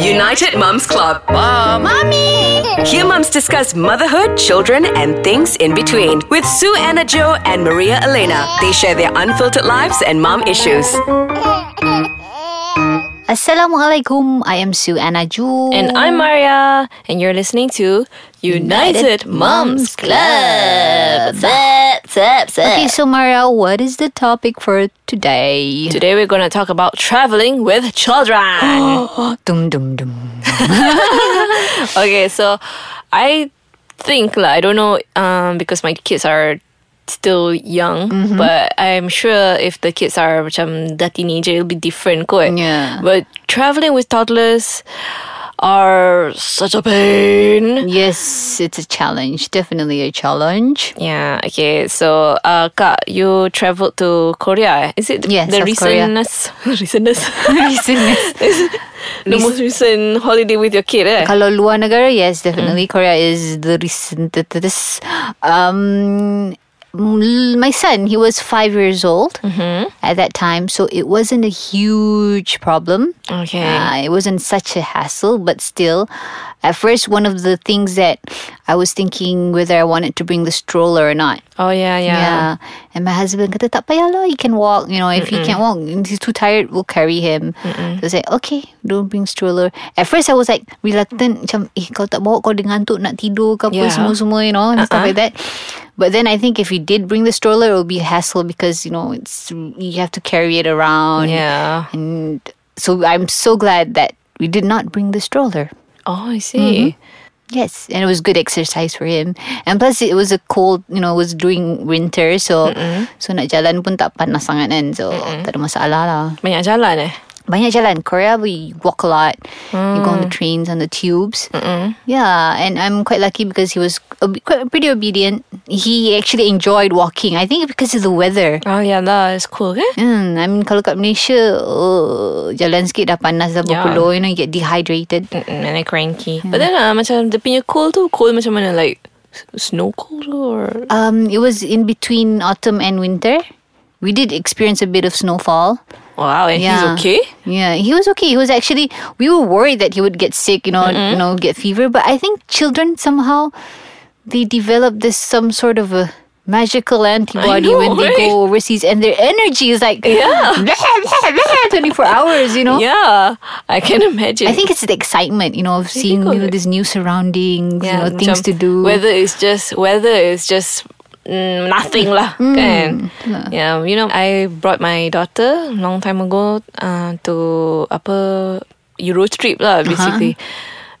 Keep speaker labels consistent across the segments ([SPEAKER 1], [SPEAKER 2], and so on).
[SPEAKER 1] United Mums Club. Mom.
[SPEAKER 2] Mommy!
[SPEAKER 1] Here, mums discuss motherhood, children, and things in between with Sue Anna Joe and Maria Elena. They share their unfiltered lives and mom issues.
[SPEAKER 2] Assalamualaikum. I am Sue Anaju.
[SPEAKER 3] And I'm Maria, and you're listening to United, Moms Club. That's up,
[SPEAKER 2] Okay, so Maria, what is the topic for today?
[SPEAKER 3] Today we're gonna talk about traveling with children.
[SPEAKER 2] Oh, dum dum dum.
[SPEAKER 3] okay, so I think like, I don't know um, because my kids are still young, but I'm sure if the kids are macam dah teenager, it'll be different, kot.
[SPEAKER 2] Yeah.
[SPEAKER 3] But traveling with toddlers are such a pain.
[SPEAKER 2] Yes, it's a challenge. Definitely a challenge.
[SPEAKER 3] Yeah, okay. So, uh, Kak, you traveled to Korea. eh? Is it
[SPEAKER 2] Yes,
[SPEAKER 3] the
[SPEAKER 2] South
[SPEAKER 3] recentness? recentness?
[SPEAKER 2] Recentness.
[SPEAKER 3] the most recent holiday with your kid, eh?
[SPEAKER 2] Kalau luar negara, yes,
[SPEAKER 3] Mm.
[SPEAKER 2] definitely Korea is the recent. This, um, m- my son, he was five years old
[SPEAKER 3] Mm-hmm.
[SPEAKER 2] at that time, so it wasn't a huge problem.
[SPEAKER 3] Okay.
[SPEAKER 2] Uh, it wasn't such a hassle, but still, at first, one of the things that I was thinking whether I wanted to bring the stroller or not.
[SPEAKER 3] oh, yeah, yeah.
[SPEAKER 2] Yeah. And my husband kata tak payahlah, he can walk. You know, if he can't walk, and he's too tired, we'll carry him. So I said, okay, don't bring stroller. At first, I was like reluctant. Macam, eh, kau tak bawa, kau dengan ngantuk nak tidur ke apa
[SPEAKER 3] Yeah. Uh-uh.
[SPEAKER 2] semua-semua, you know, and stuff like that. But then I think if you did bring the stroller, it would be a hassle because, you know, it's you have to carry it around.
[SPEAKER 3] Yeah.
[SPEAKER 2] And so I'm so glad that we did not bring the stroller.
[SPEAKER 3] Oh, I see.
[SPEAKER 2] Mm-hmm. Yes, and it was good exercise for him. And plus, it was a cold, you know, it was during winter, so so nak jalan pun tak panas sangat kan, so tak ada masalah lah.
[SPEAKER 3] Banyak jalan, eh?
[SPEAKER 2] Banyak jalan Korea, we walk a lot. You go on the trains, on the tubes. Yeah, and I'm quite lucky because he was ob- quite pretty obedient. He actually enjoyed walking. I think because of the weather.
[SPEAKER 3] Oh, yeah, lah. It's cool, eh?
[SPEAKER 2] Hmm, I mean kalau kat Malaysia oh, Jalan sikit dah panas dah
[SPEAKER 3] Yeah.
[SPEAKER 2] berpeluh You know you get dehydrated
[SPEAKER 3] Mm-mm, and I cranky. But then, uh, macam, dia punya cool tu, cool macam mana? Like, s- snow cold or...
[SPEAKER 2] Um, it was in between autumn and winter. We did experience a bit of snowfall.
[SPEAKER 3] Wow, and he's okay?
[SPEAKER 2] Yeah, he was okay. He was actually. We were worried that he would get sick, you know,
[SPEAKER 3] Mm-hmm.
[SPEAKER 2] you know, get fever. But I think children somehow they develop this some sort of a magical antibody
[SPEAKER 3] know,
[SPEAKER 2] when they
[SPEAKER 3] right?
[SPEAKER 2] go overseas, and their energy is like twenty four hours, you know.
[SPEAKER 3] Yeah, I can imagine.
[SPEAKER 2] Oh. I think it's the excitement, you know, of seeing you know,
[SPEAKER 3] kot.
[SPEAKER 2] these new surroundings, you know, things to
[SPEAKER 3] macam
[SPEAKER 2] do.
[SPEAKER 3] Weather is just weather is just mm, nothing lah, kan? Yeah, you know, I brought my daughter long time ago uh, to apa Euro trip lah,
[SPEAKER 2] Uh-huh.
[SPEAKER 3] basically.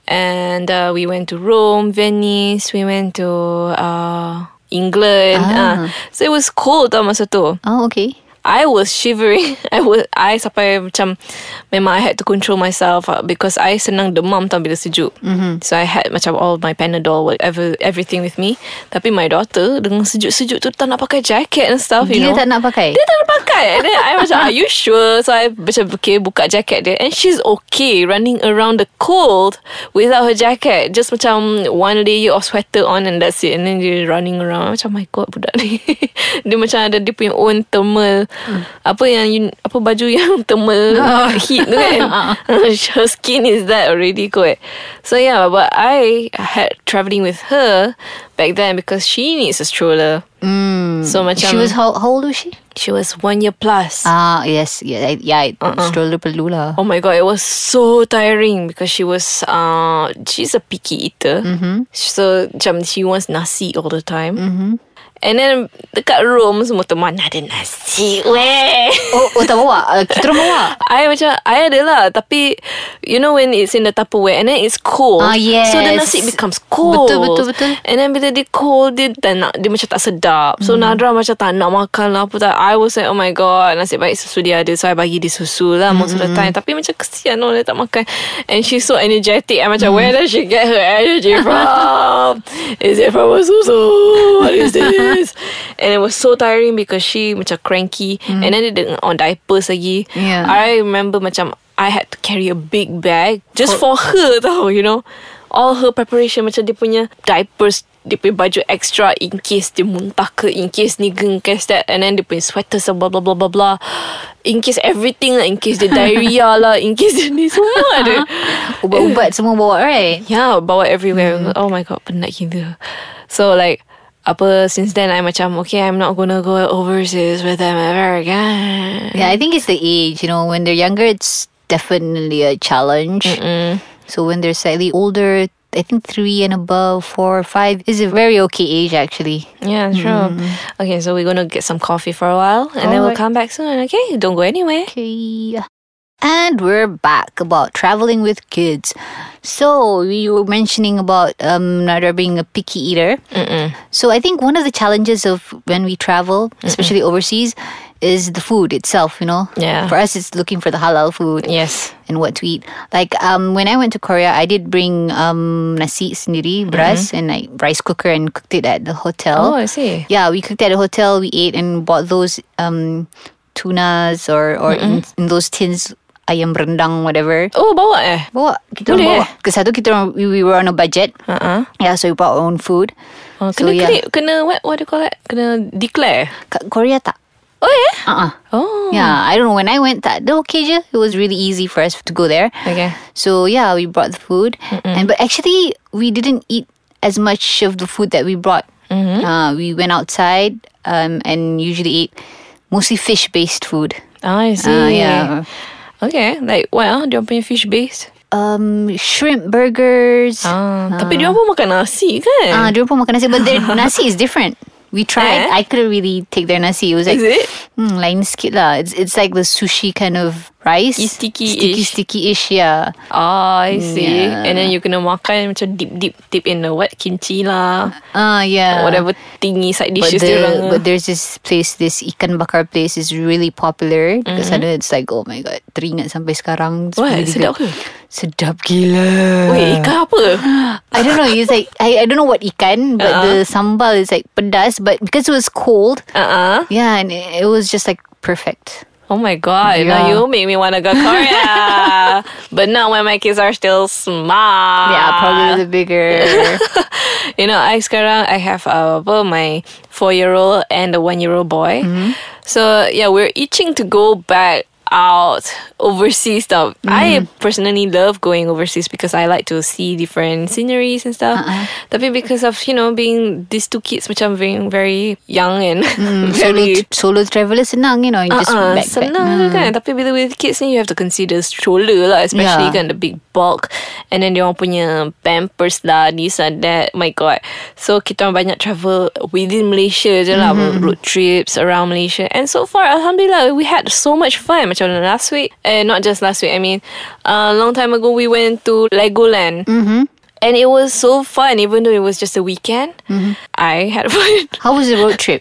[SPEAKER 3] And uh, we went to Rome, Venice. We went to uh, England.
[SPEAKER 2] Ah.
[SPEAKER 3] Ah. so it was cold tau masa tu.
[SPEAKER 2] oh, okay.
[SPEAKER 3] I was shivering. I was I sampai macam memang I had to control myself uh, because I senang demam tau bila sejuk.
[SPEAKER 2] Mhm.
[SPEAKER 3] Mm-hmm. So I had macam all my Panadol whatever everything with me. Tapi my daughter dengan sejuk-sejuk tu tak nak pakai jacket and stuff, you
[SPEAKER 2] Dia
[SPEAKER 3] know.
[SPEAKER 2] tak nak pakai.
[SPEAKER 3] Dia tak nak pakai And then I macam Are you sure So I macam Okay buka jacket dia And she's okay Running around the cold Without her jacket Just macam One layer of sweater on And that's it And then dia running around Macam my god budak ni Dia macam ada Dia punya own thermal
[SPEAKER 2] Hmm.
[SPEAKER 3] Apa yang you, Apa baju yang thermal
[SPEAKER 2] Oh.
[SPEAKER 3] Heat tu kan Her skin is that already kot So yeah But I had Travelling with her Back then Because she needs a stroller So macam
[SPEAKER 2] Hmm. She was how, how old was she?
[SPEAKER 3] she was one year plus.
[SPEAKER 2] Ah yes, yeah, yeah. Stroller perlu lah.
[SPEAKER 3] Oh my god, it was so tiring because she was uh she's a picky eater. Mm-hmm. So macam she wants nasi all the time. Mm-hmm. And then dekat room semua tu mana ada nasi weh.
[SPEAKER 2] Oh, oh tak bawa. Uh, kita orang bawa.
[SPEAKER 3] I macam I ada lah Tapi You know when it's in the Tupperware And then it's cold
[SPEAKER 2] Ah, yes.
[SPEAKER 3] So the nasi becomes cold
[SPEAKER 2] Betul, betul, betul.
[SPEAKER 3] And then bila dia cold Dia tak nak Dia macam tak sedap So
[SPEAKER 2] Hmm.
[SPEAKER 3] Nadra macam tak nak makan lah apa tak. I was like oh my god Nasib baik susu dia ada So I bagi dia susu lah Most of
[SPEAKER 2] Hmm,
[SPEAKER 3] the time Tapi macam kesian no, Dia tak makan And she's so energetic I
[SPEAKER 2] Hmm.
[SPEAKER 3] macam where does she get her energy from Is it from her susu What is this And it was so tiring Because she macam cranky And then dia dengan- on diapers lagi
[SPEAKER 2] Hmm. Yeah.
[SPEAKER 3] I remember macam I had to carry a big bag just for her tau, you know. All her preparation macam dia punya diapers, dia punya baju extra in case dia muntah ke, in case ni ke, in case that. And then dia punya sweaters and blah blah blah blah blah. In case everything lah, in case dia diarrhea lah, in case dia ni semua ada.
[SPEAKER 2] Ubat-ubat semua bawa right
[SPEAKER 3] Yeah, bawa everywhere. Oh my god, penat gila. So like apa since then I macam okay I'm not gonna go overseas with them ever again.
[SPEAKER 2] Yeah, I think it's the age. You know, when they're younger, it's definitely a challenge. So when they're slightly older, I think three and above, four or five is a very okay age actually.
[SPEAKER 3] Yeah, sure. Okay, so we're gonna get some coffee for a while and then we'll
[SPEAKER 2] Mm-hmm. Alright.
[SPEAKER 3] come back soon. Okay, don't go anywhere.
[SPEAKER 2] Okay. And we're back about traveling with kids. So we were mentioning about um, Nada being a picky eater.
[SPEAKER 3] Mm-mm.
[SPEAKER 2] So I think one of the challenges of when we travel, especially overseas, is the food itself. You know,
[SPEAKER 3] Yeah.
[SPEAKER 2] For us, it's looking for the halal food.
[SPEAKER 3] Yes.
[SPEAKER 2] and what to eat. Like um, when I went to Korea, I did bring um, nasi sendiri,
[SPEAKER 3] Mm-hmm.
[SPEAKER 2] beras, and like rice cooker, and cooked it at the
[SPEAKER 3] Oh,
[SPEAKER 2] hotel.
[SPEAKER 3] I see.
[SPEAKER 2] Yeah, we cooked at a hotel. We ate and bought those um, tunas or or in, in those tins ayam rendang whatever.
[SPEAKER 3] Oh, bawa eh.
[SPEAKER 2] Bawa kita orang
[SPEAKER 3] Boleh
[SPEAKER 2] bawa.
[SPEAKER 3] eh?
[SPEAKER 2] Because satu kita orang- we, we were on a budget.
[SPEAKER 3] Uh-uh.
[SPEAKER 2] Yeah, so we bought our own food.
[SPEAKER 3] Oh,
[SPEAKER 2] So,
[SPEAKER 3] kena
[SPEAKER 2] yeah.
[SPEAKER 3] klik, kena what, what do you call that? Kena declare.
[SPEAKER 2] Kat Korea tak.
[SPEAKER 3] Oh yeah.
[SPEAKER 2] Uh-uh.
[SPEAKER 3] Oh.
[SPEAKER 2] Yeah, I don't know. When I went, that okay, je. It was really easy for us to go there.
[SPEAKER 3] Okay.
[SPEAKER 2] So yeah, we brought the food, and but actually we didn't eat as much of the food that we brought.
[SPEAKER 3] Mm-hmm.
[SPEAKER 2] Uh, we went outside um, and usually ate mostly fish-based food.
[SPEAKER 3] Ah, I see.
[SPEAKER 2] Uh, yeah,
[SPEAKER 3] Okay, like what ah? Dia orang punya fish base.
[SPEAKER 2] um, shrimp burgers. Ah,
[SPEAKER 3] Ah, tapi dia orang pun makan nasi
[SPEAKER 2] uh,
[SPEAKER 3] kan?
[SPEAKER 2] dia pun makan nasi, but their nasi is different. We tried.
[SPEAKER 3] Eh?
[SPEAKER 2] I couldn't really take their nasi. It was like
[SPEAKER 3] Is it?
[SPEAKER 2] Hmm, lain sikit lah. It's it's like the sushi kind of rice.
[SPEAKER 3] It's sticky-ish.
[SPEAKER 2] sticky, sticky-ish. Yeah.
[SPEAKER 3] Ah, I see.
[SPEAKER 2] Yeah.
[SPEAKER 3] And then you kena makan macam deep deep deep in the what kimchi lah,
[SPEAKER 2] Ah, yeah.
[SPEAKER 3] whatever thingy side
[SPEAKER 2] But,
[SPEAKER 3] dishes
[SPEAKER 2] the-
[SPEAKER 3] dia orang.
[SPEAKER 2] but there's this place, this ikan bakar place is really popular. Because I know it's like, oh my god, teringat sampai sekarang. It's
[SPEAKER 3] Mm-hmm.
[SPEAKER 2] really
[SPEAKER 3] What? Sedap
[SPEAKER 2] good.
[SPEAKER 3] ke?
[SPEAKER 2] Sedap gila.
[SPEAKER 3] Wait, ikan apa?
[SPEAKER 2] I don't know. It's like I, I don't know what ikan, but the
[SPEAKER 3] Uh-huh.
[SPEAKER 2] sambal is like pedas. But because it was cold,
[SPEAKER 3] Uh-uh.
[SPEAKER 2] yeah, and it, it was just like perfect.
[SPEAKER 3] Oh my god, now
[SPEAKER 2] Yeah.
[SPEAKER 3] you make me want to go Korea. but now when my kids are still small.
[SPEAKER 2] yeah, probably the bigger.
[SPEAKER 3] you know, I sekarang I have uh, apa my four year old and a one year old boy.
[SPEAKER 2] Mm-hmm.
[SPEAKER 3] So yeah, we're itching to go back out overseas stuff. I
[SPEAKER 2] Mm-hmm.
[SPEAKER 3] personally love going overseas because I like to see different sceneries and stuff.
[SPEAKER 2] Uh-uh.
[SPEAKER 3] Tapi because of you know being these two kids, which I'm being very young and
[SPEAKER 2] solo,
[SPEAKER 3] very
[SPEAKER 2] solo traveler senang, you know, you just
[SPEAKER 3] Ah,
[SPEAKER 2] backpack.
[SPEAKER 3] senang je kan Tapi bila with kids ni You have to consider stroller lah Especially
[SPEAKER 2] Yeah.
[SPEAKER 3] kan The big bulk And then diorang punya Pampers lah This and that My god So kita orang banyak travel Within Malaysia je lah Road trips Around Malaysia And so far Alhamdulillah We had so much fun Macam last week eh, Not just last week I mean A long time ago We went to Legoland mm-hmm. And it was so fun Even though it was just a weekend I had fun
[SPEAKER 2] How was the road trip?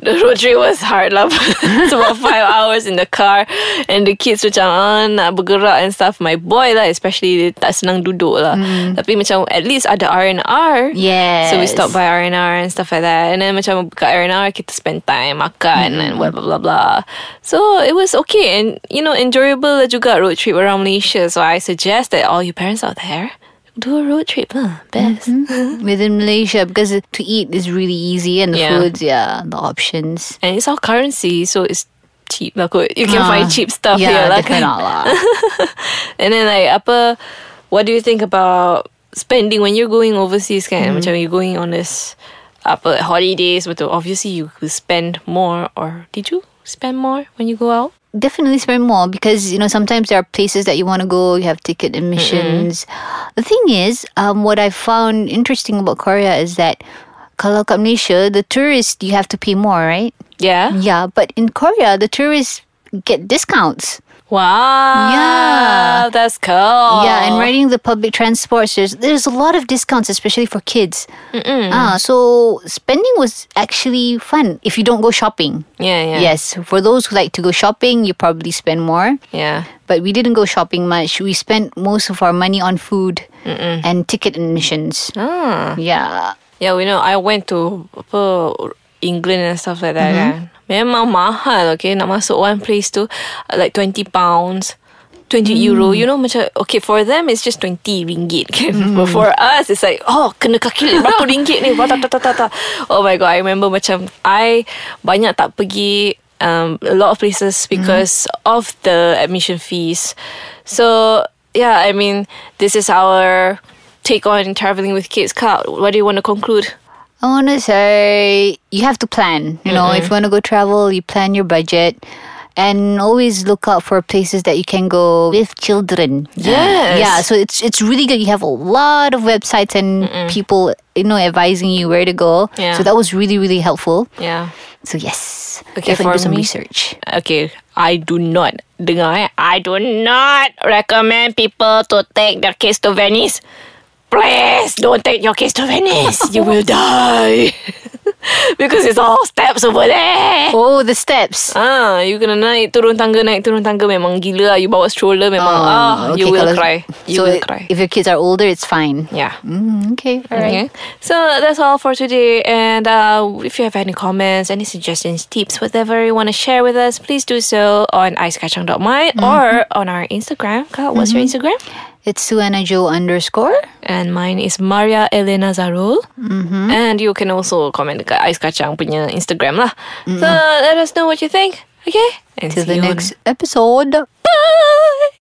[SPEAKER 3] the road trip was hard lah. it's about five hours in the car and the kids macam ah, nak bergerak and stuff. My boy lah especially dia tak senang duduk lah. Tapi macam at least ada R&R.
[SPEAKER 2] Hmm. Yes.
[SPEAKER 3] So we stopped by R&R and stuff like that. And then macam kat R&R kita spend time makan
[SPEAKER 2] Hmm.
[SPEAKER 3] and blah blah blah blah. So it was okay and you know enjoyable lah juga road trip around Malaysia. So I suggest that all you parents out there do a road trip lah. Best.
[SPEAKER 2] Mm-hmm. within Malaysia because to eat is really easy and the
[SPEAKER 3] Yeah.
[SPEAKER 2] foods, yeah, the options.
[SPEAKER 3] And it's all currency, so it's cheap lah kot. You can
[SPEAKER 2] Ah,
[SPEAKER 3] find cheap stuff
[SPEAKER 2] yeah,
[SPEAKER 3] here lah
[SPEAKER 2] definitely
[SPEAKER 3] kan.
[SPEAKER 2] not lah.
[SPEAKER 3] And then like apa, what do you think about spending when you're going overseas
[SPEAKER 2] Mm-hmm.
[SPEAKER 3] kan? Macam you're going on this apa holidays, but obviously you could spend more or did you spend more when you go out?
[SPEAKER 2] Definitely spend more because you know sometimes there are places that you want to go. You have ticket admissions. The thing is, um, what I found interesting about Korea is that kalau kat Malaysia, the tourists you have to pay more, right?
[SPEAKER 3] Yeah.
[SPEAKER 2] Yeah, but in Korea, the tourists get discounts.
[SPEAKER 3] Wow.
[SPEAKER 2] Yeah.
[SPEAKER 3] That's cool.
[SPEAKER 2] Yeah, and riding the public transports, there's, there's a lot of discounts, especially for kids. Ah, so spending was actually fun if you don't go shopping.
[SPEAKER 3] Yeah, yeah.
[SPEAKER 2] Yes, for those who like to go shopping, you probably spend more.
[SPEAKER 3] Yeah.
[SPEAKER 2] But we didn't go shopping much. We spent most of our money on food and ticket admissions.
[SPEAKER 3] Ah.
[SPEAKER 2] Yeah.
[SPEAKER 3] Yeah, we know. I went to apa, England and stuff like that kan. Memang mahal, okay. Nak masuk one place tu, uh, like 20 pounds. 20 euro You know macam Okay for them It's just 20 ringgit kan But for us It's like Oh kena calculate Berapa ringgit ni Wah, ta, ta, ta, ta, ta. Oh my god I remember macam I Banyak tak pergi um, A lot of places Because of the Admission fees So yeah, I mean, this is our take on traveling with kids. Kat, what do you want to conclude?
[SPEAKER 2] I want to say you have to plan. You know, if you want to go travel, you plan your budget and always look out for places that you can go with children.
[SPEAKER 3] Yes.
[SPEAKER 2] Yeah, so it's it's really good. You have a lot of websites and people, you know, advising you where to go.
[SPEAKER 3] Yeah.
[SPEAKER 2] So that was really really helpful.
[SPEAKER 3] Yeah.
[SPEAKER 2] So yes.
[SPEAKER 3] Okay,
[SPEAKER 2] definitely
[SPEAKER 3] for
[SPEAKER 2] do some
[SPEAKER 3] me-
[SPEAKER 2] research.
[SPEAKER 3] Okay, I do not dengar. eh? I do not recommend people to take their kids to Venice. Please don't take your kids to Venice. you will die because it's all steps over there.
[SPEAKER 2] Oh, the steps.
[SPEAKER 3] Ah, you kena naik turun tangga naik turun tangga memang gila. lah. You bawa stroller memang ah, you
[SPEAKER 2] Oh, okay,
[SPEAKER 3] will
[SPEAKER 2] kalau-
[SPEAKER 3] cry. You
[SPEAKER 2] so
[SPEAKER 3] will cry.
[SPEAKER 2] If your kids are older, it's fine.
[SPEAKER 3] yeah.
[SPEAKER 2] Mm, okay, all right.
[SPEAKER 3] Okay. So that's all for today. And uh, if you have any comments, any suggestions, tips, whatever you want to share with us, please do so on icekachang.my or on our Instagram. Kak, what's your Instagram?
[SPEAKER 2] It's Suana Joe underscore.
[SPEAKER 3] And mine is Maria Elena Zarul. And you can also comment dekat Ais Kacang punya Instagram lah. So let us know what you think. Okay? And
[SPEAKER 2] Till
[SPEAKER 3] see
[SPEAKER 2] the
[SPEAKER 3] you on-
[SPEAKER 2] next episode.
[SPEAKER 3] Bye!